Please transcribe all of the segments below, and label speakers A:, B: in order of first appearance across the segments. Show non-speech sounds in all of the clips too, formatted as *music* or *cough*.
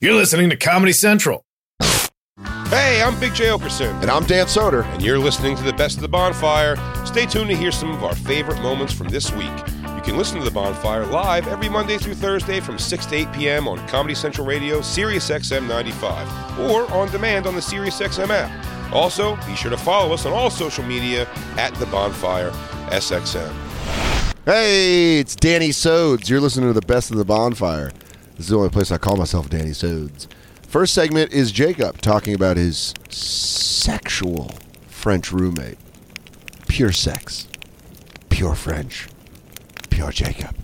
A: You're listening to Comedy Central.
B: Hey, I'm Big J. Okerson,
C: And I'm Dan Soder.
B: and you're listening to the best of the bonfire. Stay tuned to hear some of our favorite moments from this week. You can listen to the bonfire live every Monday through Thursday from 6 to 8 p.m. on Comedy Central Radio, Sirius XM 95, or on demand on the Sirius XM app. Also, be sure to follow us on all social media at the bonfire SXM.
C: Hey, it's Danny Sodes. You're listening to the best of the bonfire. This is the only place I call myself Danny Sodes. First segment is Jacob talking about his sexual French roommate. Pure sex. Pure French. Pure Jacob.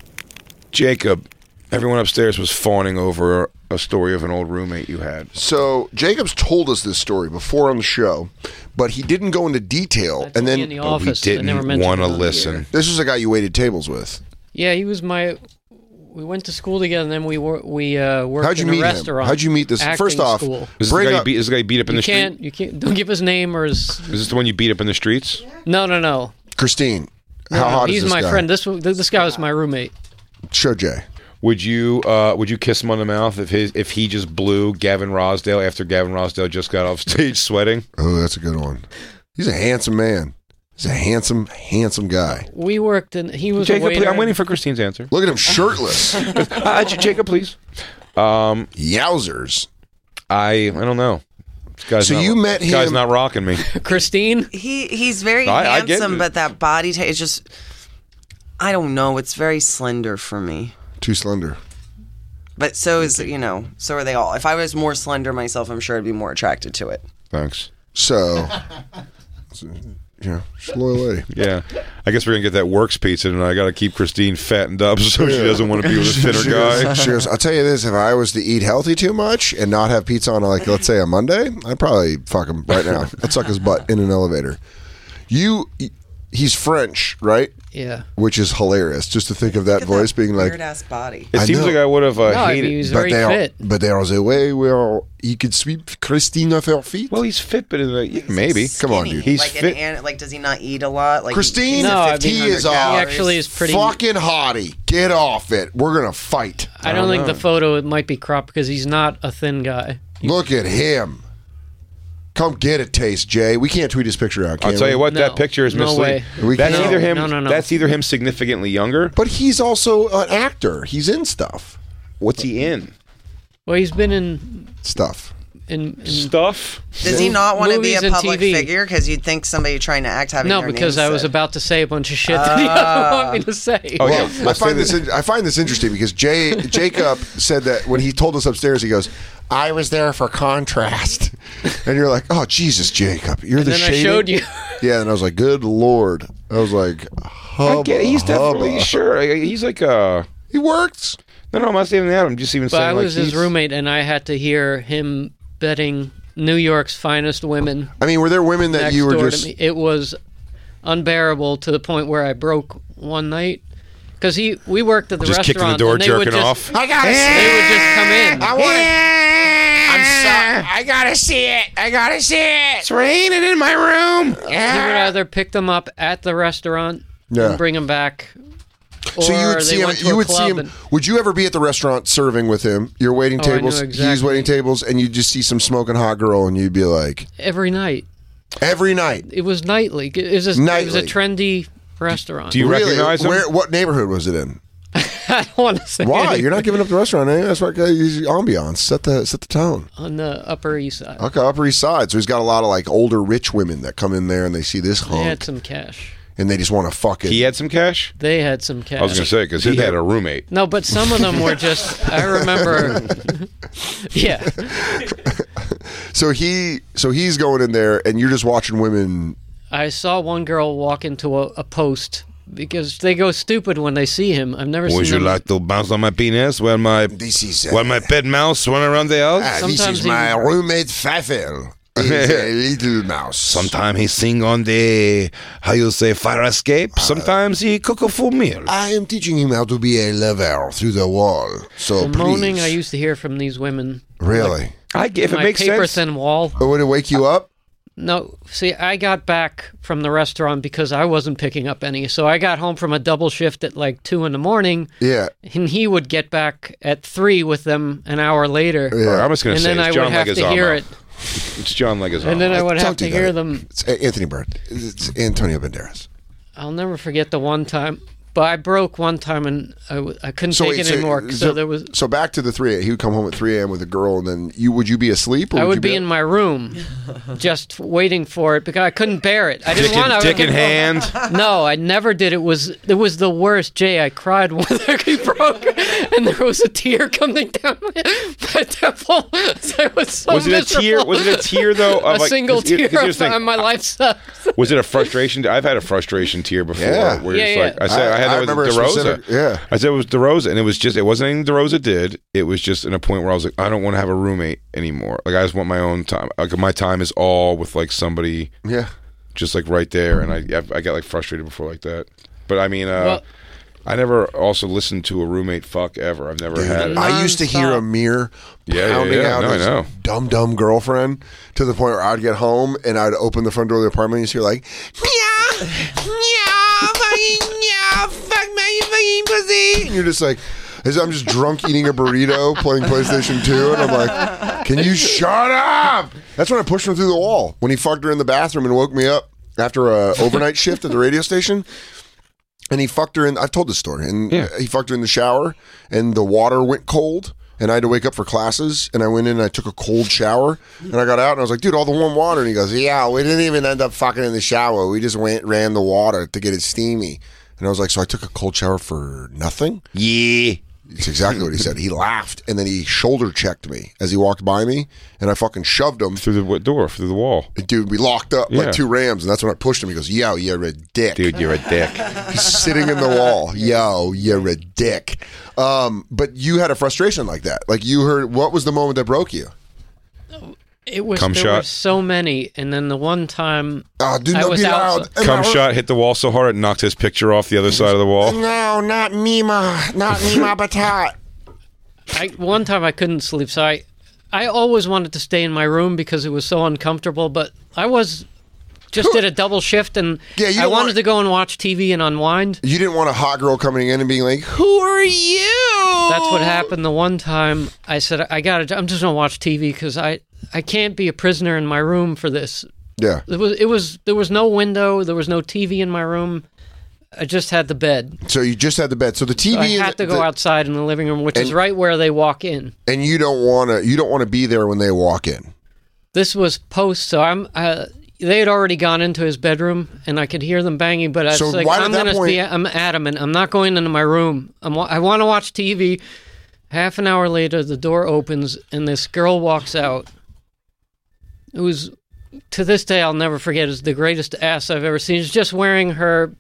B: Jacob, everyone upstairs was fawning over a story of an old roommate you had.
C: So Jacob's told us this story before on the show, but he didn't go into detail.
D: I told you in the office. I never mentioned
B: wanna
D: it on the air.
C: this is a guy you waited tables with.
D: Yeah, he was my. We went to school together, and then we wor- we uh, worked
C: How'd you
D: in a
C: meet him?
D: restaurant.
C: How'd you meet this?
D: Acting
C: First off,
D: school.
B: Is this,
C: bring
B: the guy you
C: up-
B: beat, is this the guy you beat up in
D: you
B: the
D: can't
B: street?
D: you can't don't give his name or his.
B: Is this the one you beat up in the streets?
D: No, no, no.
C: Christine,
D: No,
C: how
D: no,
C: hot
D: He's
C: is this
D: my
C: guy?
D: friend. This wa- this guy was my roommate.
C: Show Jay.
B: Would you uh, would you kiss him on the mouth if his if he just blew Gavin Rosdale after Gavin Rosdale just got off *laughs* stage sweating?
C: Oh, that's a good one. He's a handsome man. He's a handsome, handsome guy.
D: We worked, and he was. a
B: Jacob, please,
D: waiter.
B: I'm waiting for Christine's answer.
C: Look at him shirtless.
B: *laughs* Uh, J- Jacob, please.
C: Yowzers.
B: I I don't know. This guy's
C: So
B: not-
C: you met
B: this Guy's
C: him-
B: not rocking me.
D: Christine.
E: He he's very
B: I- I get
E: handsome,
B: it.
E: but that body type is just I don't know. It's very slender for me.
C: Too slender.
E: But so is you know so are they all. If I was more slender myself, I'm sure I'd be more attracted to it.
B: Thanks.
C: So, so, yeah, she's a loyal lady.
B: Yeah, I guess we're gonna get that works pizza, and I gotta keep Christine fattened up *laughs* so she doesn't want to be with a thinner
C: She
B: guy.
C: goes- she goes, I'll tell you this: if I was to eat healthy too much and not have pizza on, like let's say a Monday, I'd probably fuck him right now. I'd suck his butt in an elevator. You, he's French, right?
D: Yeah.
C: Which is hilarious. Just to think of that voice being like,
E: weird ass body.
B: It
C: I
B: seems
C: know.
B: like I would have uh,
D: No, I mean,
B: hated.
D: he was
C: but
D: very
C: they are,
D: fit.
C: but there is a way where you could sweep Christine off her feet.
B: well, he's fit, but in the, yeah, maybe.
C: Come on, dude.
B: He's
E: like
B: fit.
E: An, an- like does he not eat a lot? Like he-
C: Christine,
D: No, I
C: he
D: mean,
C: is
E: he
C: off.
D: actually is pretty-
C: fucking hottie. Get off it. We're gonna fight.
D: I don't, think the photo it might be cropped because he's not a thin guy.
C: Look at him. Come get a taste, Jay. We can't tweet his picture out. Can
B: I'll tell
C: we?
B: you what, that
D: No.
B: picture is
D: No
B: misleading.
D: way. We
B: That's
D: can't.
B: either him.
D: No, no, no.
B: That's either him significantly younger.
C: But he's also an actor. He's in stuff.
B: What's he in?
D: Well, he's been in
C: Stuff.
D: in. in
B: Stuff.
E: Does he not want to be
D: Movies
E: a
D: and
E: public
D: TV.
E: figure? Because you'd think somebody trying to act having
D: no,
E: their
D: because
E: name
D: I was
E: said.
D: about to say a bunch of shit that he doesn't want me to say.
B: Oh, yeah.
C: Well, I
B: Let's do
C: find this. In, I find this interesting because Jay Jacob said that when he told us upstairs, he goes, "I was there for contrast," *laughs* and you're like, "Oh Jesus, Jacob, you're the
D: then I
C: shading."
D: showed you.
C: *laughs* Yeah, and I was like, "Good lord," I was like,
B: I
C: hubba,
B: get, he's definitely
C: hubba."
B: sure. I- He's like uh
C: He works.
B: No, no, I'm not saying that. I'm just even
D: But
B: saying
D: I
B: like
D: was his
B: he's-
D: roommate, and I had to hear him betting New York's finest women
C: I mean, were there women that
D: next
C: you were
D: door
C: just?
D: to me. It was unbearable to the point where I broke one night because he we worked at the
B: Just kicking
D: restaurant.
B: the door,
D: and they would
B: jerking
D: just-
B: off.
C: I gotta
D: They would just come in.
C: I'm sorry. I gotta see it. I gotta see it. Uh,
B: It's raining in my room.
D: He would either pick them up at the restaurant
C: Yeah.
D: and bring them back, or
C: So you would
D: they
C: see him.
D: went to
C: You
D: a
C: would see
D: club
C: him.
D: and-
C: Would you ever be at the restaurant serving with him? You're waiting
D: Oh, I knew
C: tables. He's
D: exactly.
C: waiting tables, and you just see some smoking hot girl, and you'd be like,
D: every night.
C: every night.
D: It was nightly. It was a, It was
C: Nightly.
D: a trendy restaurant. *laughs*
B: Do you
C: really?
B: recognize him?
C: Where? What neighborhood was it in?
D: I don't want to say
C: Why?
D: anything.
C: You're not giving up the restaurant. Eh? That's what uh, use the ambiance. Set the set the tone.
D: on the Upper East Side.
C: Okay, Upper East Side. So he's got a lot of like older rich women that come in there and they see this
D: They
C: hunk
D: had some cash.
C: and they just want to fuck it.
B: He had some cash.
D: They had some cash.
B: I was gonna say because he had a roommate.
D: No, but some
B: *laughs*
D: of them were just. I remember. *laughs* yeah,
C: So he so he's going in there and you're just watching women.
D: I saw one girl walk into a, a post because they go stupid when they see him. I've never
B: Would
D: seen
B: you
D: them-
B: like to bounce on my penis while my
C: This is, uh,
B: while my pet mouse run around the house?
C: Ah, this
D: Sometimes
C: is my
D: he-
C: roommate Fafel. He's
B: *laughs*
C: a little mouse.
B: Sometime he sing on the how you say fire escape. Sometimes he cook a full meal.
C: Ah. I am teaching him how to be a lover through the wall. So
D: the
C: please.
D: *laughs* moaning I used to hear from these women.
C: really.
B: I if it
D: My
B: makes
D: paper
B: sense.
D: thin wall.
C: Oh, would it wake you up?
D: No, see, I got back from the restaurant because I wasn't picking up any. So I got home from a double shift at like two in the morning,
C: Yeah.
D: and he would get back at three with them an hour later.
B: Or I'm just gonna
D: And
B: say
D: then I
B: it's
D: would
B: John
D: have to
B: Leguizamo.
D: hear it,
B: It's John Leguizamo.
D: and then I would
C: Don't
D: have
C: do
D: to
C: that.
D: hear them.
C: It's A- Anthony Bird. It's Antonio Banderas.
D: I'll never forget the one time, but I broke one time and I, w- I couldn't take
C: wait,
D: it anymore. So, there was,
C: so back to the three. He would come home at three a.m. with a girl, and then you would you be asleep? Or
D: I
C: would
D: would
C: you
D: be in my room, just waiting for it because I couldn't bear it. I didn't
B: Dick in,
D: want. I
B: dick in
D: *laughs* was like,
B: hand.
D: "Oh." No, I never did. It was it was the worst. Jay, I cried *laughs* when he broke, and there was a tear coming down *laughs* my, my temple. *laughs* I was so
B: Was it a tear-
D: miserable.
B: was it a tear, though,
D: *laughs* a
B: of, like-
D: single
B: 'cause here-
D: tear.
B: 'cause here's
D: of
B: the thing.
D: my- my life sucks. *laughs*
B: Was it a frustration? I've had a frustration tear before.
C: Yeah.
B: Where it's
D: Yeah,
B: like
D: yeah.
B: I said, I,
C: I-
B: had
C: I
B: that
C: remember a
B: with DeRosa.
C: specific- yeah.
B: I said it was DeRosa, and it was just it wasn't anything DeRosa did. It was just in a point where I was like, I don't want to have a roommate anymore. Like I just want my own time. Like my time is all with like somebody,
C: Yeah.
B: just like right there. And I I got like frustrated before like that. But I mean, uh,
D: Well-
B: I never also listened to a roommate fuck ever. I've never had. It.
C: I used to hear Amir
B: Yeah, yeah,
C: pounding
B: yeah.
C: out
B: No, I know.
C: his dumb, dumb girlfriend to the point where I'd get home and I'd open the front door of the apartment and you'd hear like, meow, meow, fucking meow, fuck my fucking pussy. And you're just like, as I'm just drunk eating a burrito playing PlayStation 2, and I'm like, can you shut up? That's when I pushed him through the wall when he fucked her in the bathroom and woke me up after a overnight shift at the radio station and he fucked her in. I've told this story, and
B: Yeah.
C: he fucked her in the shower, and the water went cold, and I had to wake up for classes, and I went in and I took a cold shower, and I got out, and I was like, dude, all the warm water, and he goes, yeah, we didn't even end up fucking in the shower, we just went ran the water to get it steamy, and I was like, so I took a cold shower for nothing.
B: Yeah.
C: It's exactly what he said. He laughed, and then he shoulder checked me as he walked by me, and I fucking shoved him.
B: Through the w- door, through the wall.
C: Dude, we locked up
B: Yeah.
C: like two rams, and that's when I pushed him. He goes, "Yo, you're a dick."
B: Dude, you're a dick.
C: sitting in the
D: *laughs*
C: wall. Yo, you're a dick. Um, but you had a frustration like that. Like you heard, what was the moment that broke you?
D: It was
B: Cum
D: there were
B: shot.
D: so many, and then the one time
C: Oh, do
D: I
C: not
D: was
C: be
D: out.
C: loud. And
B: Cum
C: I heard-
B: shot hit the wall so hard it knocked his picture off the other side of the wall.
C: No, not Mima, not Mima
D: *laughs*
C: Batat.
D: I one time I couldn't sleep, so I I always wanted to stay in my room because it was so uncomfortable. But I was
C: *laughs*
D: just did a double shift, and
C: Yeah, you
D: I
C: don't
D: wanted
C: want-
D: to go and watch TV and unwind.
C: You didn't want a hot girl coming in and being like, "Who are you?"
D: That's what happened the one time. I said I got to. I'm just gonna watch TV because I I can't be a prisoner in my room for this.
C: Yeah,
D: It was it was there was no window, there was no TV in my room. I just had the bed.
C: so you just had the bed. So the TV,
D: So I
C: is-
D: had to go
C: the-
D: outside in the living room, which is right where they walk in.
C: and you don't want to. You don't want to be there when they walk in.
D: this was post, so I'm. Uh, they had already gone into his bedroom, and I could hear them banging. But I was
C: So
D: like,
C: why did
D: "I'm
C: that
D: gonna
C: point-
D: be. I'm adamant. I'm not going into my room. I'm. wa- I want to watch TV." Half an hour later, the door opens, and this girl walks out. It was, to this day, I'll never forget. Is the greatest ass I've ever seen. She's just wearing her,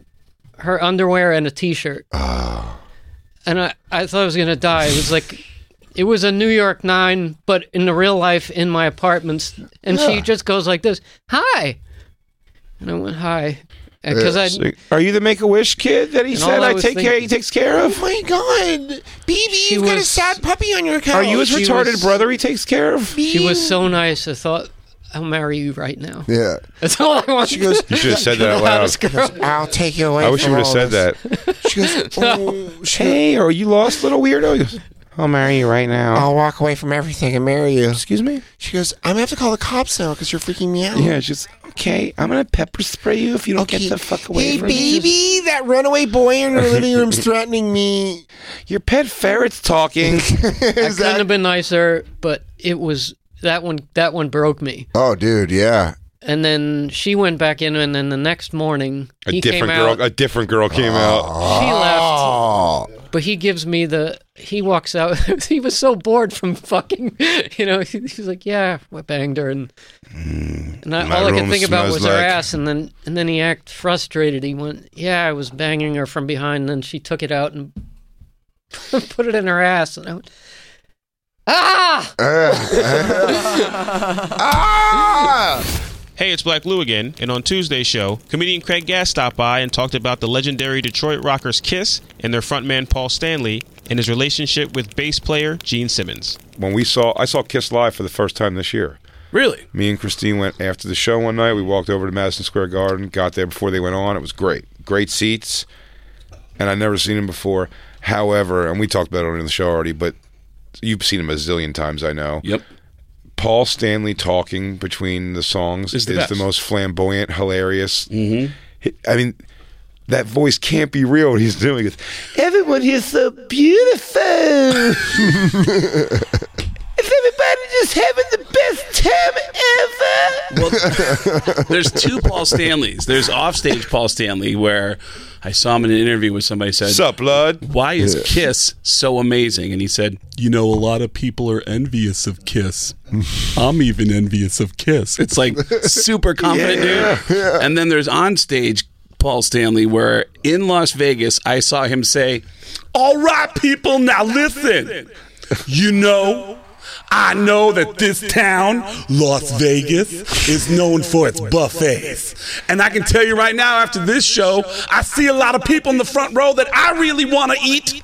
D: her underwear and a t-shirt. And I, I thought I was gonna die. It was like it was a New York Nine, but in the real life in my apartments. And she just goes like this, "Hi," and I went, "Hi," because I.
B: Are you the Make a Wish kid that he
D: And
B: said
D: all I
B: I,
D: was
B: take care?
D: thinking-
B: He takes care of.
C: Oh my God, baby,
D: She you've got a was- sad
C: puppy on your couch.
B: Are you his
D: she
B: retarded
D: was-
B: brother? He takes care of.
D: She was so nice. I thought, "I'll marry you right now."
C: Yeah.
D: That's all I wanted. She *laughs*
C: goes,
B: You should have said that out
D: Hottest
B: loud.
D: girl.
C: I'll take you away.
B: I wish you would have said that.
C: She goes,
D: *laughs*
C: oh, she goes,
B: Hey, are you lost, little weirdo? I'll marry you right now.
F: Oh,
C: I'll walk away from everything and marry you.
B: Excuse me.
C: She goes, I'm gonna have to call the cops now because you're freaking me out.
B: Yeah, it's just okay. I'm gonna pepper spray you if you don't
C: Okay.
B: get the fuck away
C: hey,
B: from me.
C: baby, that runaway boy in your living *laughs* room's threatening me.
B: Your pet ferret's talking.
D: I couldn't have been nicer, but it was that one. That one broke me.
C: Oh, dude, yeah.
D: And then she went back in, and then the next morning
B: a
D: he
B: different
D: came
B: girl.
D: out.
C: Ah.
B: A different girl came out.
D: she left.
C: Oh,
D: But he gives me the. He walks out. *laughs* he was so bored from fucking. You know, *laughs* he, he was like, "Yeah, I banged her," and and I,
G: Mm. my
D: all I
G: room
D: could think about
G: smells
D: was her
G: like-
D: ass. And then and then he acted frustrated. He went, "Yeah, I was banging her from behind." And then she took it out and *laughs* put it in her ass. And I went, "Ah!"
F: *laughs* Hey, it's Black Lou again, and on Tuesday's show, comedian Craig Gass stopped by and talked about the legendary Detroit rockers Kiss and their frontman Paul Stanley and his relationship with bass player Gene Simmons.
B: When we saw, I saw Kiss live for the first time this year.
A: Really?
B: Me and Christine went after the show one night. We walked over to Madison Square Garden, got there before they went on. It was great. Great seats. And I'd never seen him before. However, and we talked about it on the show already, but you've seen him a zillion times, I know.
G: Yep.
B: Paul Stanley talking between the songs
G: Is
B: is
G: the
B: the,
G: best.
B: most flamboyant, hilarious. Mm-hmm. I mean, that voice can't be real. What he's doing it. Everyone here's so beautiful. is everybody just having the best time ever?
G: Well, there's two Paul Stanleys. There's offstage Paul Stanley, where I saw him in an interview with somebody said,
B: What's up, blood?
G: Why is Kiss so amazing? And he said, You know, a lot of people are envious of Kiss. I'm even envious of Kiss. It's like super confident, dude. And then there's onstage Paul Stanley, where in Las Vegas, I saw him say, All right, people, now listen. You know, I know that this town, Las Vegas, is known for its buffets. And I can tell you right now, after this show, I see a lot of people in the front row that I really want to eat.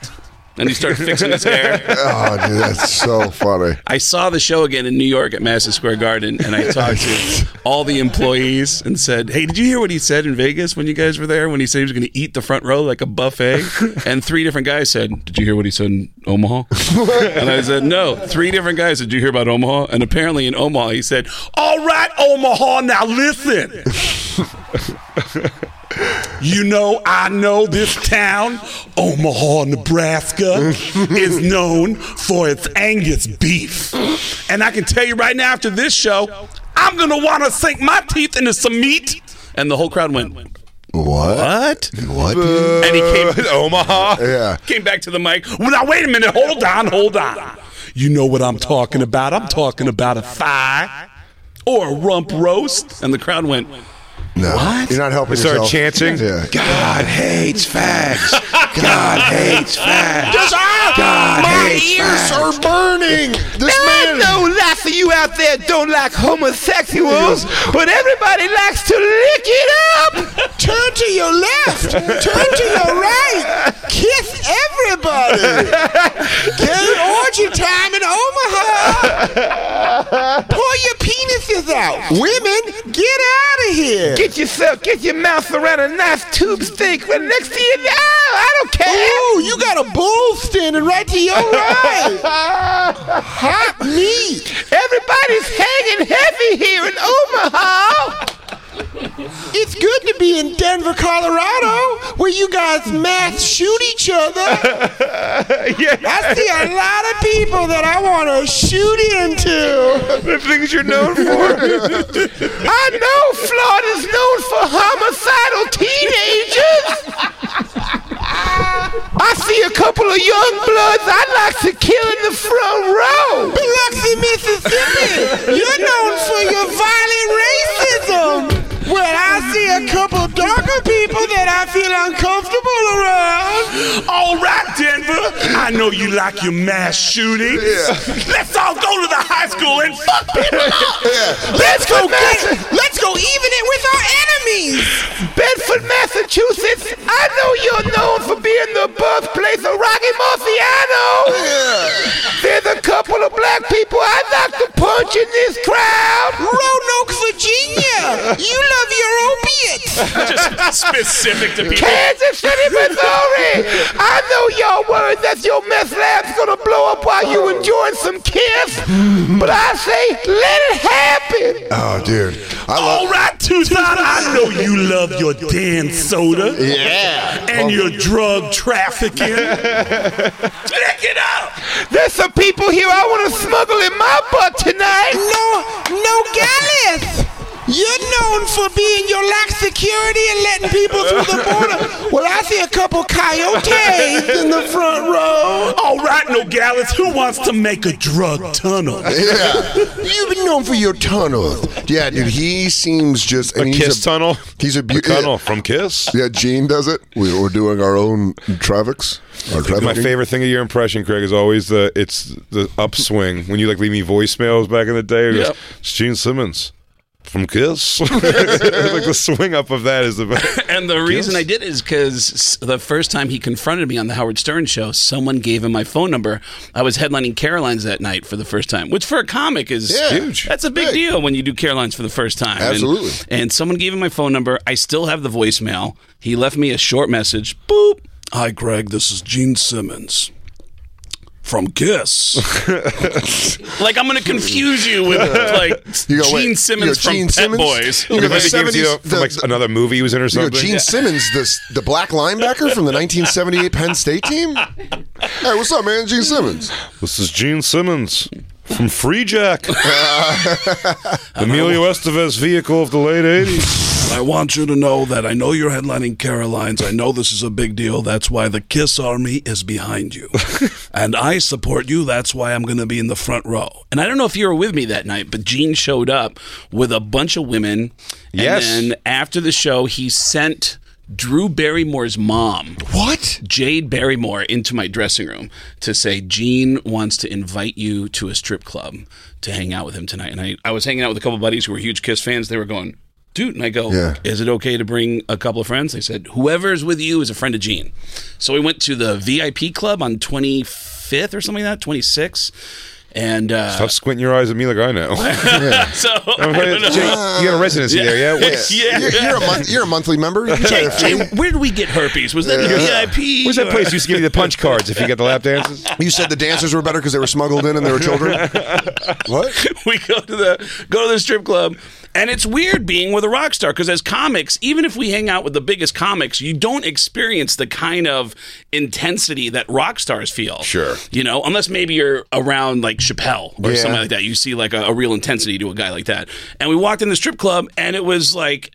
G: And he started fixing his hair.
C: Oh, dude, that's so funny.
G: I saw the show again in New York at Madison Square Garden, and I talked to all the employees and said, "Hey, did you hear what he said in Vegas when you guys were there? When he said he was going to eat the front row like a buffet?" And three different guys said, "Did you hear what he said in Omaha?" and I said, "No." Three different guys said, "Did you hear about Omaha?" And apparently in Omaha, he said, "All right, Omaha, now listen." You know, I know this town, Omaha, Nebraska, is known for its Angus beef. And I can tell you right now, after this show, I'm going to want to sink my teeth into some meat. And the whole crowd went,
C: What?
G: What?
C: What? dude?
G: And he came,
B: Uh, *laughs* Omaha.
C: Yeah.
G: came back to the mic. Well, now, wait a minute. Hold on, hold on. You know what I'm talking about. I'm talking about a thigh or a rump roast. And the crowd went,
C: No.
G: What?
C: You're not helping
B: They started
C: yourself.
B: chanting?
C: Yeah.
B: God hates fags.
G: *laughs*
B: God hates fags. God
C: My
B: hates
C: ears
B: fags.
C: are burning. This man.
B: lots of you out there don't like homosexuals, but everybody likes to lick it up.
C: Turn to your left. Turn to your right. Kiss everybody. Gay orgy time in Omaha. Pull your penises out. Women, get out of here.
B: Get yourself, get your mouth around a nice tube steak right next to you. No, I don't care.
C: Ooh, you got a bull standing right to your right. Hot meat.
B: Everybody's hanging heavy here in Omaha.
C: It's good to be in Denver, Colorado, where you guys mass shoot each other.
B: *laughs* yeah,
C: I see a lot of people that I want to shoot into.
B: the things you're known for. I know Florida's known for homicidal teenagers. I see a couple of young bloods I'd like to kill in the front row.
C: Biloxi, Mississippi, you're known for your violent racism. Well, I see a couple darker people that I feel uncomfortable around.
G: All right, Denver. I know you like your mass shootings. Let's all go to the high school and fuck people up.
C: Let's go get, let's go even it with our enemies.
B: Bedford, Massachusetts. I know you're known for being the birthplace of Rocky Marciano. There's a couple of black people I'd like to punch in this crowd.
C: Roanoke, Virginia, you love your opiates.
G: Just *laughs* specific
A: *laughs*
G: to people.
B: Kansas City, Missouri. I know y'all worried that your meth lab's gonna blow up while
C: Oh.
B: you enjoying some kiss, but I say let it happen.
C: Oh, dude, I
G: All right, Tucson. I know you love your damn soda. Yeah. And your drug *laughs* trafficking. Check it out.
B: There's some people here I want to smuggle in my butt tonight.
C: No, no, Gallus!
H: You're known for being your lack security and letting people through the border. Well, I see a couple coyotes in the front row.
I: All right, Nogales, who wants to make a drug tunnel?
C: Yeah. You've been known for your tunnels. Yeah, dude, he seems just.
B: A
C: and he's
B: kiss tunnel.
C: He's a
B: A
C: beauty.
B: tunnel from Kiss.
C: Yeah, Gene does it. We, we're doing our own traffics. Our trafficking.
B: My favorite thing of your impression, Craig, is always the it's the upswing when you like leave me voicemails back in the day. It goes,
G: Yep.
B: It's Gene Simmons from *laughs* Kiss. like the swing up of that is the best.
G: *laughs* And the reason I did is because the first time he confronted me on the Howard Stern show, someone gave him my phone number. I was headlining Caroline's that night for the first time, which for a comic is
C: Yeah, huge.
G: That's a big,
C: Big.
G: deal when you do Caroline's for the first time. And-
C: Absolutely.
G: And, someone gave him my phone number. I still have the voicemail. He left me a short message. Boop. Hi, Greg. This is Gene Simmons. From
C: *laughs*
G: Kiss, like I'm gonna confuse you with like
C: You go, wait,
G: Gene
C: you
G: Simmons
C: go,
G: from
C: Gene
G: Pet
C: Simmons?
G: Boys.
C: You go,
B: Because
C: the
B: I think it was, you know,
C: 70s,
B: from like
C: the-
B: another movie he was in or
C: You know,
B: something.
C: Gene Simmons, the the black linebacker from the 1978 Penn State team. Hey, what's up, man? Gene Simmons.
B: This is Gene Simmons from Free *laughs* Jack. Emilio Estevez vehicle of the late 80s.
I: I want you to know that I know you're headlining Caroline's. I know this is a big deal. That's why the Kiss Army is behind you. and I support you. That's why I'm going to be in the front row.
G: And I don't know if you were with me that night, but Gene showed up with a bunch of women.
B: Yes.
G: And then after the show, he sent Drew Barrymore's mom,
C: What?
G: Jade Barrymore, into my dressing room to say, Gene wants to invite you to a strip club to hang out with him tonight. And I, I was hanging out with a couple buddies who were huge Kiss fans. They were going, dude. And I go,
C: Yeah.
G: is it okay to bring a couple of friends? They said, whoever's with you is a friend of Gene. So we went to the VIP club on 25th or something like that, 26th. And uh,
B: Stop squinting your eyes at me like I know. *laughs*
G: *laughs* so *laughs* I
B: I'm like,
G: don't know.
B: Jake,
G: *laughs*
B: you got a residency there, yeah? What's,
G: Yeah.
C: You're, you're a mon- you're a monthly member. You
G: Jay,
C: *laughs* gotta
G: Jay, where did we get herpes? Was that in the VIP?
B: what's that
G: or-
B: place you used to give you the punch cards if you got the lap dances?
C: You said the dancers were better because they were smuggled in and they were *laughs* children. what?
G: *laughs* we go to the go to the strip club, and it's weird being with a rock star because as comics, even if we hang out with the biggest comics, you don't experience the kind of intensity that rock stars feel.
B: Sure.
G: you know, unless maybe you're around like Chappelle or
C: Yeah.
G: something like that. You see like a, a real intensity to a guy like that. And we walked in the strip club, and it was like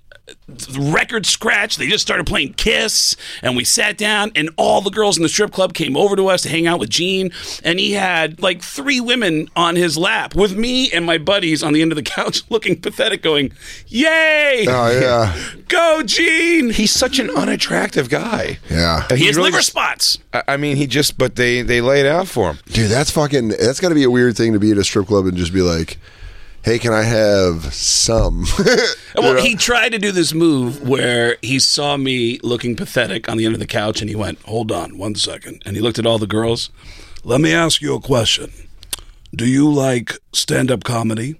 G: record scratch. They just started playing Kiss, and we sat down, and all the girls in the strip club came over to us to hang out with Gene, and he had like three women on his lap with me and my buddies on the end of the *laughs* couch, looking pathetic, going, "Yay,
C: Oh yeah,
G: go Gene!" He,
B: Uh, He's such an unattractive guy.
C: yeah.
B: He
G: has
B: really
G: liver
B: just-
G: spots.
B: I I mean, he just, but they they lay it out for him.
C: Dude, that's fucking. That's got to be a weird thing to be at a strip club and just be like, "Hey, can I have some?" *laughs*
G: Well, he tried to do this move where he saw me looking pathetic on the end of the couch, and he went, "Hold on, one second. and he looked at all the girls.
I: Let me ask you a question. Do you like stand up comedy?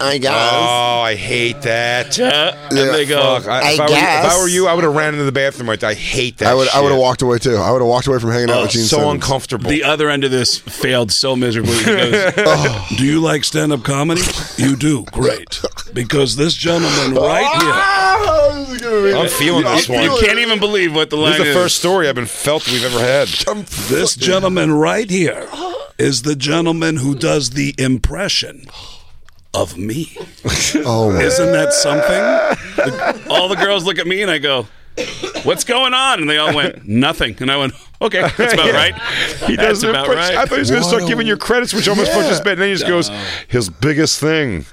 C: I got.
B: Oh, I hate that.
G: and they go,
B: Fuck, I, if, I were, if I were you, I would have ran into the bathroom. I, I hate that.
C: I would. I would have
B: shit.
C: walked away too. I would have walked away from hanging out with Gene.
B: So
C: Simmons.
B: uncomfortable.
G: The other end of this failed so miserably.
B: *laughs*
G: He goes,
B: Oh.
I: Do you like stand up comedy? You do. Great. Because this gentleman right here.
C: Ah, this is gonna be-
B: I'm feeling this
C: You
B: one.
G: you can't even believe what the line
B: this
G: is.
B: is the first story I've been felt we've ever had.
I: This gentleman right here is the gentleman who does the impression of me.
C: Oh, my-
I: Isn't that something?
G: *laughs* All the girls look at me and I go, "What's going on?" And they all went, "Nothing." And I went, "Okay, that's
I: *laughs*
G: about right."
B: He
G: that's
B: does an
G: about
B: impression. I
G: right.
B: thought he was going to start
C: What a-
B: giving your credits, which almost puts us back. And then he just goes, his biggest thing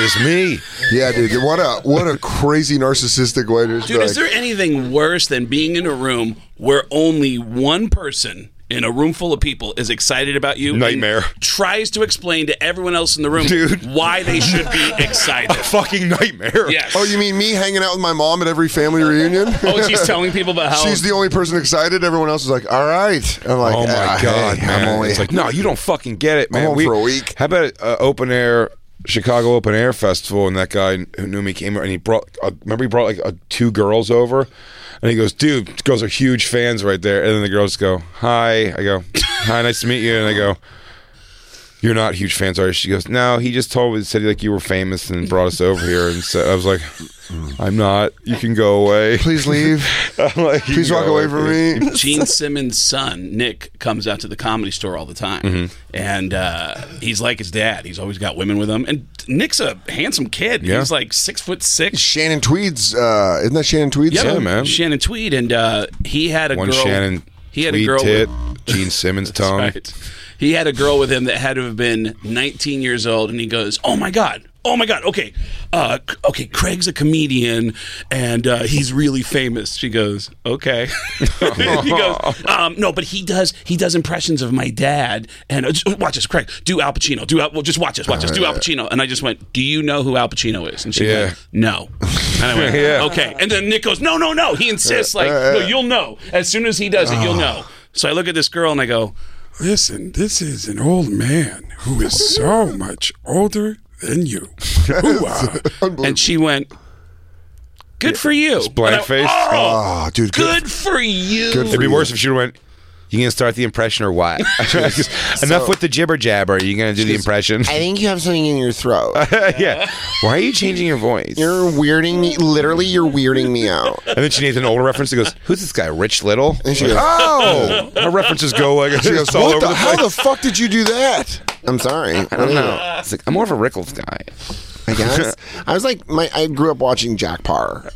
B: is me.
C: yeah, dude. What a what a crazy narcissistic way to. just be
G: Dude, is
C: like,
G: there anything worse than being in a room where only one person in a room full of people is excited about you? and
B: Nightmare.
G: Tries to explain to everyone else in the room
B: Dude.
G: why they should
I: *laughs*
G: be excited.
B: Fucking nightmare.
G: yes.
C: Oh, you mean me hanging out with my mom at every family reunion?
G: Oh,
C: *laughs*
G: she's telling people about how
C: She's the only person excited. Everyone else is like, "All right." I'm like,
B: oh my
C: "Ah,
B: god,
C: hey,
B: man!
C: I'm only
B: it's like, no, you don't fucking get it, man.
C: home for a week.
B: How about uh, open air Chicago Open Air Festival? And that guy who knew me came and he brought. Uh, remember, he brought like uh, two girls over, and he goes, "Dude, girls are huge fans right there." And then the girls go, "Hi," I go, "Hi, nice to meet you," and I go. "You're not huge fans, are you?" She goes, "No." He just told me said like you were famous and brought us over here, and so I was like, "I'm not. You can go away.
C: Please leave.
B: *laughs* I'm like, "You
C: *laughs* Please
B: can
C: walk
B: go
C: away from me.
G: Gene Simmons' son, Nick, comes out to the comedy store all the time.
B: Mm-hmm.
G: And uh, he's like his dad. He's always got women with him. And Nick's a handsome kid.
C: Yeah.
G: He's like six foot six.
C: Shannon Tweed's. Uh, isn't that Shannon Tweed's?
G: Yeah, Shannon Tweed. And uh, he had a
B: One
G: girl.
B: Shannon
G: he had a
B: Tweed
G: girl *laughs*
B: tit,
G: with-
B: Gene Simmons
G: That's
B: tongue.
G: right. He had a girl with him that had to have been 19 years old, and he goes, "Oh my god." Oh my God! Okay, uh, c- okay. Craig's a comedian, and uh, he's really famous. She goes, "Okay." *laughs* he goes, um, "No, but he does. He does impressions of my dad." And uh, just- watch this, Craig. Do Al Pacino. Do Al, well, just watch this. Watch this. Do Al Pacino. And I just went, "Do you know who Al Pacino is?" And she
B: Yeah.
G: went, "No." And I
B: *laughs*
G: went,
B: Yeah.
G: "Okay." And then Nick goes, "No, no, no." He insists, like,
C: Uh, uh,
G: "No, you'll know as soon as he does it.
B: Ah.
G: You'll know." So I look at this girl and I go,
I: Listen, this is an old man who is so much older than you.
B: *laughs*
I: Hoo-ah.
G: uh?" and she went, "Good for you."
B: blank
G: And I-
B: face.
G: Oh,
C: Oh, dude. Good.
G: good for you.
C: Good for
B: It'd be
C: you.
B: worse if she went. You gonna start the impression or
G: *laughs*
B: what? *laughs* Enough with the jibber jabber. You gonna do the impression? *laughs*
C: I think you have something in your *laughs* throat.
B: yeah. Why are you changing your voice?
C: You're weirding me. Literally, you're weirding me out.
B: and then she needs an older reference. She goes, "Who's this guy? Rich Little?"
C: And she goes, "Oh."
B: Her references go like *laughs*
C: She goes,
B: it's all
C: "What
B: over
C: the?
B: the
C: how
B: place.
C: the fuck did you do that?" I'm sorry. I don't know.
B: It's like, I'm more of a Rickles guy.
C: I guess I was like, my I grew up watching Jack Parr.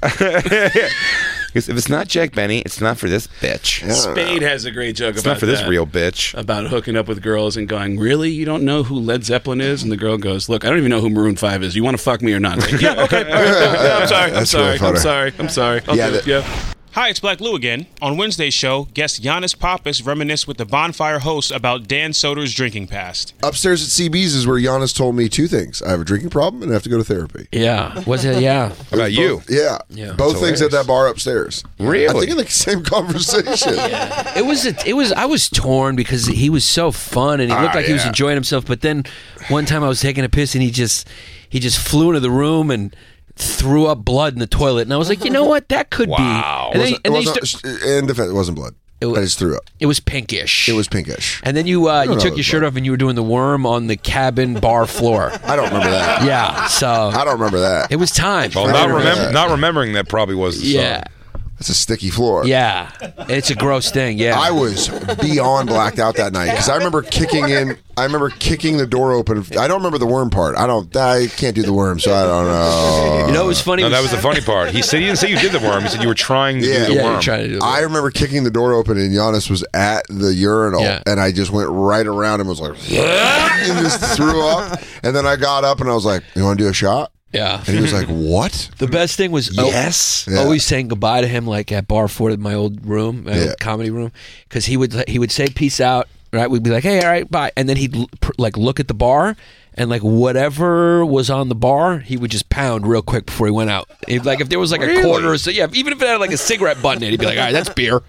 B: Because if it's not Jack Benny, it's not for this bitch.
C: Yeah.
G: Spade has a great joke
B: It's
G: about
B: not for this
G: that,
B: real bitch.
G: about hooking up with girls and going, "Really? You don't know who Led Zeppelin is?" And the girl goes, "Look, I don't even know who Maroon Five is. You want to fuck me or not?" It's like, yeah, okay. all right, yeah, I'm sorry. I'm
C: That's really
G: sorry. I'm
C: funny.
G: sorry. I'm sorry. I'll
C: Yeah,
G: do it,
C: that-
G: yeah.
F: Hi, it's Black Lou again. On Wednesday's show, guest Giannis Pappas reminisced with the bonfire host about Dan Soder's drinking past.
C: Upstairs at CB's is where Giannis told me two things: I have a drinking problem and I have to go to therapy.
D: Yeah. Was it? Yeah.
B: How about you?
C: Yeah, both things at that bar upstairs.
B: Really?
C: I think in the same *laughs* conversation.
J: It was a, it was I was torn because he was so fun and he looked
B: Ah,
J: like he was
B: yeah.
J: enjoying himself. But then one time I was taking a piss and he just he just flew into the room and threw up blood in the toilet. And I was like, you know what, that could
B: Wow.
J: be. And, then,
C: it
J: and then you
C: wasn't,
J: sta-
C: in defense, it wasn't blood. I just threw up.
J: it was pinkish.
C: It was pinkish.
J: And then you uh, you
C: know
J: took
C: it
J: your
C: was
J: shirt
C: blood.
J: off and you were doing the worm on the cabin bar
B: *laughs*
J: floor.
C: I don't remember that.
J: yeah. So
C: I don't remember that.
J: it was time.
B: Well,
J: for
B: not,
J: everybody-
B: remem- not remembering that probably was the
J: Yeah.
C: That's a sticky floor.
J: Yeah. It's a gross thing. Yeah.
C: I was beyond blacked out that night because
J: *laughs*
C: I remember kicking in. I remember kicking the door open. I don't remember the worm part. I don't. I can't do the worm, so I don't know.
J: you know, it was funny.
B: song. No,
J: was-
B: that was the funny part. He said he didn't say you did the worm. He said you were trying to
C: Yeah.
B: do the
J: yeah, you're
B: worm.
J: trying to do.
C: I remember kicking the door open and Giannis was at the urinal
J: Yeah.
C: and I just went right around and was like and just threw up and then I got up and I was like, "You want to do a shot?"
J: yeah.
C: And he was like, "What?"
J: The best thing was oh,
C: Yes. Yeah.
J: always saying goodbye to him like at bar four in my old room, my
C: Yeah.
J: old comedy room, because he would he would say peace out. Right, we'd be like, hey, all right, bye, and then he'd l- pr- like look at the bar. And like whatever was on the bar, he would just pound real quick before he went out. He'd, like if there was like a quarter or so, yeah. Even if it had like a cigarette button, in it, he'd be like, "All right, that's beer."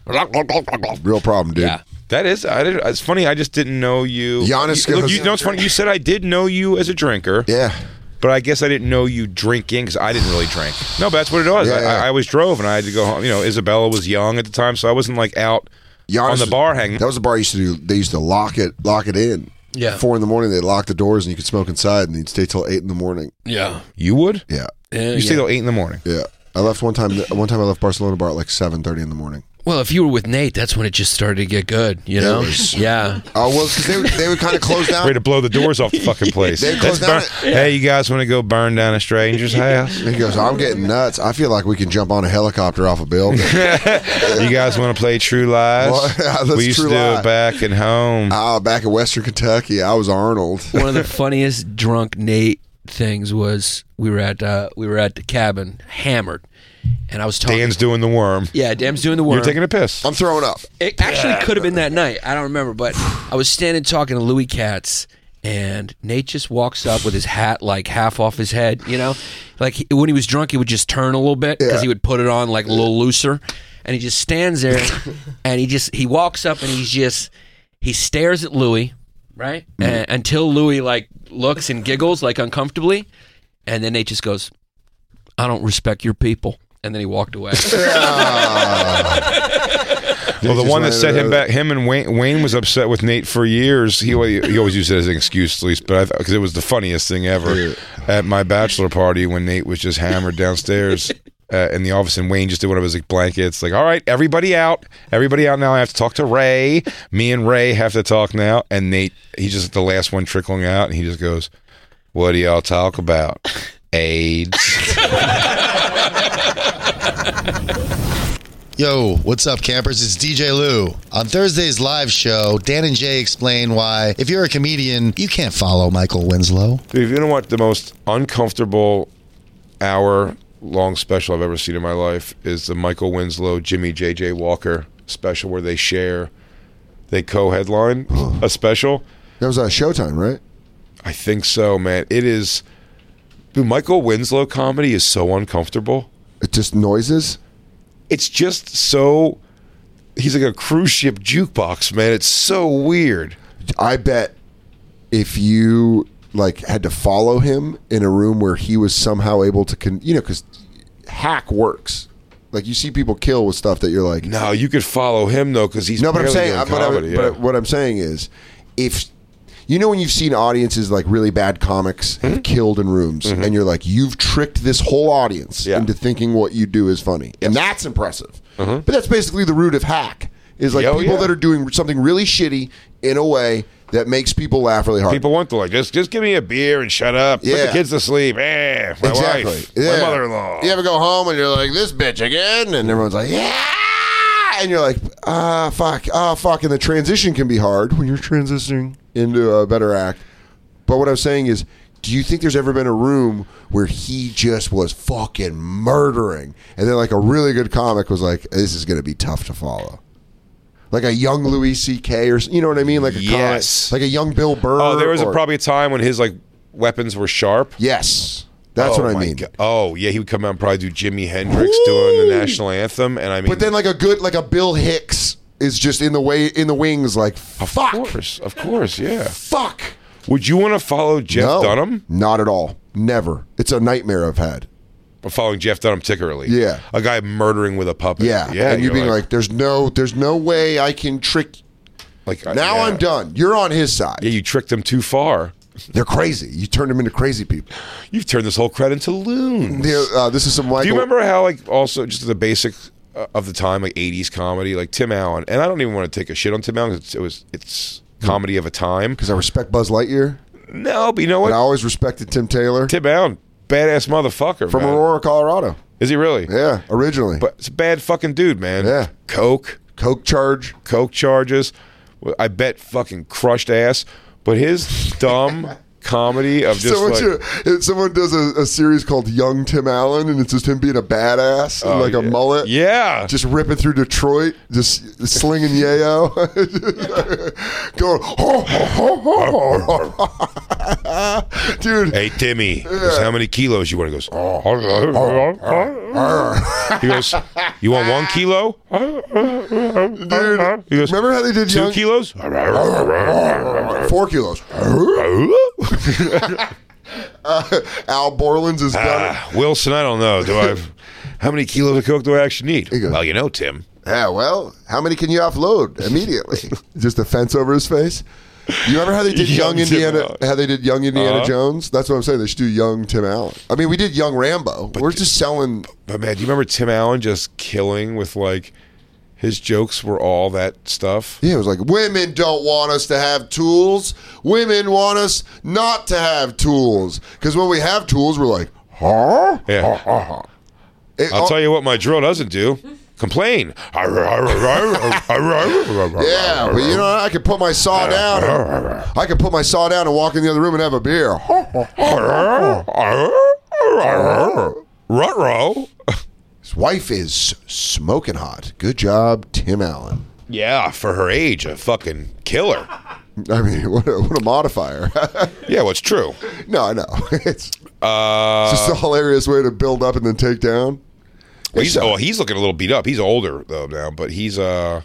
C: Real problem, dude.
J: Yeah.
B: That is, I did, it's funny. I just didn't know you.
C: Giannis
B: you, look,
C: goes-
B: you know, it's funny. You said I did know you as a drinker.
C: Yeah.
B: But I guess I didn't know you drinking because I didn't really drink. No, but that's what it was.
C: Yeah,
B: I,
C: yeah.
B: I always drove and I had to go home. You know, Isabella was young at the time, so I wasn't like out
C: Giannis
B: on the
C: was-
B: bar hanging.
C: That was the bar I used to do. They used to lock it, lock it in.
J: Yeah.
C: Four in the morning, they'd lock the doors and you could smoke inside, and you'd stay till eight in the morning.
J: Yeah,
B: You would?
C: Yeah,
B: You stayed till eight in the morning.
C: yeah. I left one time. One time, I left Barcelona bar at like seven thirty in the morning.
J: Well, if you were with Nate, that's when it just started to get good. You know? *laughs*
C: was-
J: Yeah.
C: Oh well, 'cause they would- they would kind of
B: *laughs*
C: close down.
B: Way to blow the doors off the fucking place.
C: Uh, *laughs* They
B: Let's
C: closed down
B: burn- Hey, you guys want to go burn down a stranger's house?
C: He goes, I'm getting nuts. I feel like we can jump on a helicopter off
B: *laughs*
C: a building. *laughs*
B: You guys want to play True Lies?
C: Well, yeah, that's
B: we used
C: True
B: to do
C: Lie.
B: it back in home.
C: Ah, back in Western Kentucky, I was Arnold.
J: one of the funniest drunk Nate things was we were at uh, we were at the cabin hammered, and I was talking.
B: Dan's doing the worm.
J: yeah, Dan's doing the work.
B: You're taking a piss.
C: I'm throwing up.
J: It actually could have been that night. I don't remember, but I was standing talking to Louis Katz, and Nate just walks up with his hat like half off his head. You know, like he, when he was drunk, he would just turn a little bit because
C: Yeah.
J: he would put it on like a little looser, and he just stands there, and he just he walks up and he's just he stares at Louis, right, and, until Louis like looks and giggles like uncomfortably, and then Nate just goes, "I don't respect your people," and then he walked away.
B: Well, the
C: Just
B: one that
C: ran
B: set
C: it
B: him
C: out.
B: back, him and Wayne, Wayne was upset with Nate for years. He always, he always used it as an excuse, at least, but because it was the funniest thing ever at my bachelor party when Nate was just hammered downstairs uh, in the office, and Wayne just did one of his like blankets, like, "All right, everybody out, everybody out now. I have to talk to Ray. Me and Ray have to talk now." And Nate, he's just the last one trickling out, and he just goes, "What do y'all talk about? AIDS."
K: Yo, what's up, campers? It's DJ Lou. On Thursday's live show, Dan and Jay explain why, if you're a comedian, you can't follow Michael Winslow.
B: Dude, if you don't watch the most uncomfortable hour long special I've ever seen in my life is the Michael Winslow, Jimmy JJ Walker special where they share they co
C: *sighs*
B: headline a special.
C: That was on Showtime, right?
B: I think so, man. It is dude, Michael Winslow comedy is so uncomfortable.
C: It just noises?
B: It's just so he's like a cruise ship jukebox, man. It's so weird.
C: I bet if you like had to follow him in a room where he was somehow able to, con- you know, because hack works. Like you see people kill with stuff that you're like,
B: no, you could follow him though because he's
C: no. But I'm
B: barely
C: saying,
B: doing
C: I'm- but, I'm-
B: comedy,
C: but
B: yeah.
C: what I'm saying is, if you know when you've seen audiences like really bad comics
B: Mm-hmm.
C: have killed in rooms, and you're like, you've tricked this whole audience into thinking what you do is funny, and that's impressive. But that's basically the root of hack is like
B: Mm-hmm. Yeah, oh,
C: people
B: yeah.
C: that are doing something really shitty in a way that makes people laugh really hard.
B: People want to like just just give me a beer and shut up. Put the
C: Yeah.
B: kids to sleep. Eh, my
C: exactly.
B: wife,
C: Yeah.
B: my mother-in-law.
C: You ever go home and you're like, this bitch again? And everyone's like, yeah. And you're like, ah, fuck, ah, fuck. And the transition can be hard when you're transitioning into a better act. But what I'm saying is, do you think there's ever been a room where he just was fucking murdering? And then, like, a really good comic was like, this is going to be tough to follow. Like a young Louis C.K. or, s- you know what I mean? Like a
B: Yes.
C: comic, like a young Bill Burr.
B: Oh, there was a,
C: or-
B: probably a time when his like weapons were sharp.
C: Yes, that's
B: Oh,
C: what I
B: my
C: mean.
B: God. Oh yeah, he would come out and probably do Jimi Hendrix doing the national anthem, and I mean,
C: But then like a good like a Bill Hicks is just in the way in the wings like fuck. Of
B: course, of course, yeah.
C: Fuck.
B: Would you want to follow Jeff
C: no,
B: Dunham?
C: Not at all. Never. It's a nightmare I've had.
B: following Jeff Dunham Tickerly.
C: Yeah.
B: a guy murdering with a puppet.
C: Yeah.
B: Uh, yeah,
C: and you
B: you're
C: being like, there's no there's no way I can trick
B: like uh,
C: now I'm done. You're on his side.
B: Yeah, you tricked him too far.
C: They're crazy. You turned them into crazy people.
B: You've turned this whole crowd into loons.
C: They're, uh, this is some Michael.
B: Do you remember how like also just the basic uh, of the time like '80s comedy like Tim Allen and I don't even want to take a shit on Tim Allen 'cause it's, it was it's comedy of a time
C: because I respect Buzz Lightyear.
B: No, but you know what?
C: I always respected Tim Taylor
B: Tim Allen badass motherfucker
C: from
B: man.
C: Aurora, Colorado.
B: Is he really?
C: Yeah, originally.
B: But it's a bad fucking dude, man.
C: Yeah.
B: Coke,
C: coke charge,
B: coke charges. Well, I bet fucking crushed ass. But his
C: *laughs*
B: dumb comedy of just
C: someone,
B: like,
C: should- if someone does a, a series called Young Tim Allen, and it's just him being a badass, and
B: Oh,
C: like a
B: yeah.
C: mullet,
B: yeah,
C: just ripping through Detroit, just slinging yayo, *laughs* going, ho, ho, ho, ho, ho, ho. *laughs* dude.
B: Hey Timmy, this how many kilos you want? He goes. "Oh,
C: Oh,
B: he goes. You want one kilo?
H: Dude,
B: He goes.
C: Remember how they did
B: two
C: young-
B: kilos?
C: four kilos. *laughs* Uh, Al Borland's is done.
B: Ah, Wilson, I don't know. Do I? How many kilos of coke do I actually need? Well, you know, Tim.
C: Yeah, well, how many can you *laughs* offload immediately? Just a fence over his face. You remember how they did
B: Young
C: *laughs* Young,
B: Tim
C: Indiana?
B: Allen.
C: How they did Young Indiana
B: Uh-huh.
C: Jones? That's what I'm saying. They should do Young Tim Allen. I mean, we did Young Rambo. We're just selling.
B: But man, do you remember Tim Allen just killing with like his jokes were all that stuff?
C: Yeah, it was like women don't want us to have tools. Women want us not to have tools because when we have tools, we're like, eh, oh, huh?
B: Yeah.
C: Uh, It-
B: I'll tell you what my drill doesn't do.
C: *laughs*
B: Complain. *laughs*
C: Yeah,
B: yeah,
C: but you know, what? I could put my saw down. *laughs* I could put my saw down and walk in the other room and have a *laughs* beer.
B: Rutro.
C: His wife is smoking hot. Good job, Tim Allen.
B: Yeah, for her age, a fucking killer.
C: I mean, *laughs* what a, what a modifier. *laughs*
B: Yeah, well, it's true.
C: no, I know. *laughs* It's
B: Uh,
C: just a hilarious way to build up and then take down.
B: well, he's,
C: uh,
B: oh, he's looking a little beat up. He's older though now, but he's uh.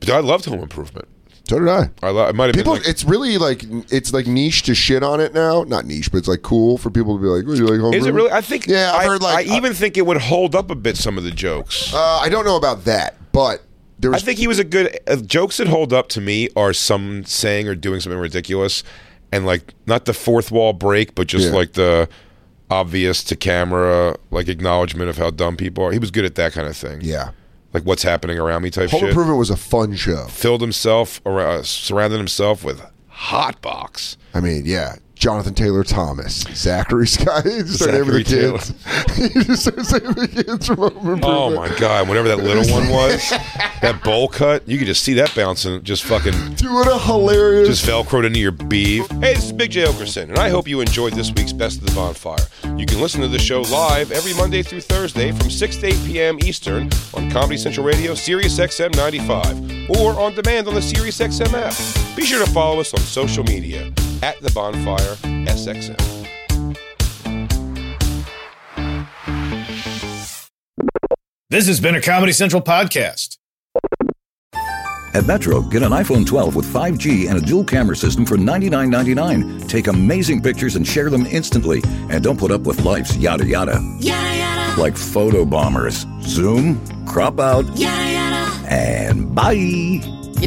B: But I loved Home Improvement.
C: So did I.
B: I lo- it might have
C: People,
B: been like,
C: it's really like it's like niche to shit on it now. Not niche, but it's like cool for people to be like, "Would you like home?"
B: is it
C: Improvement?"
B: really? I think.
C: Yeah, I've
B: I-
C: heard like
B: I even think it would hold up a bit. Some of the jokes.
C: Uh, I don't know about that, but There was
B: I think he was a good uh, jokes that hold up to me are some saying or doing something ridiculous, and like not the fourth wall break, but just
C: Yeah.
B: like the obvious to camera like acknowledgement of how dumb people are. He was good at that kind of thing.
C: Yeah.
B: like what's happening around me type
C: Home
B: shit.
C: Improvement was a fun show.
B: Filled himself around, uh, surrounded himself with hot box.
C: I mean, yeah. Jonathan Taylor Thomas, Zachary *laughs* Sky, you just start naming the
B: Zachary Taylor.
C: kids. *laughs* you just start naming the kids from Home Improvement.
B: Oh my god! Whatever that little one was, that bowl cut, you could just see that bouncing, just fucking
C: Dude, what a hilarious.
B: Just velcroed into your beef. Hey, this is Big J. Okerson, and I hope you enjoyed this week's Best of the Bonfire. You can listen to the show live every Monday through Thursday from 6 to 8 p.m. Eastern on Comedy Central Radio, Sirius XM 95, or on demand on the Sirius XM app. Be sure to follow us on social media at The Bonfire SXM.
A: This has been a Comedy Central podcast.
G: At Metro, get an iPhone 12 with 5G and a dual camera system for $99.99. Take amazing pictures and share them instantly. And don't put up with life's yada yada. Yada yada. Like photo bombers. Zoom, crop out. Yada yada. And bye.
D: You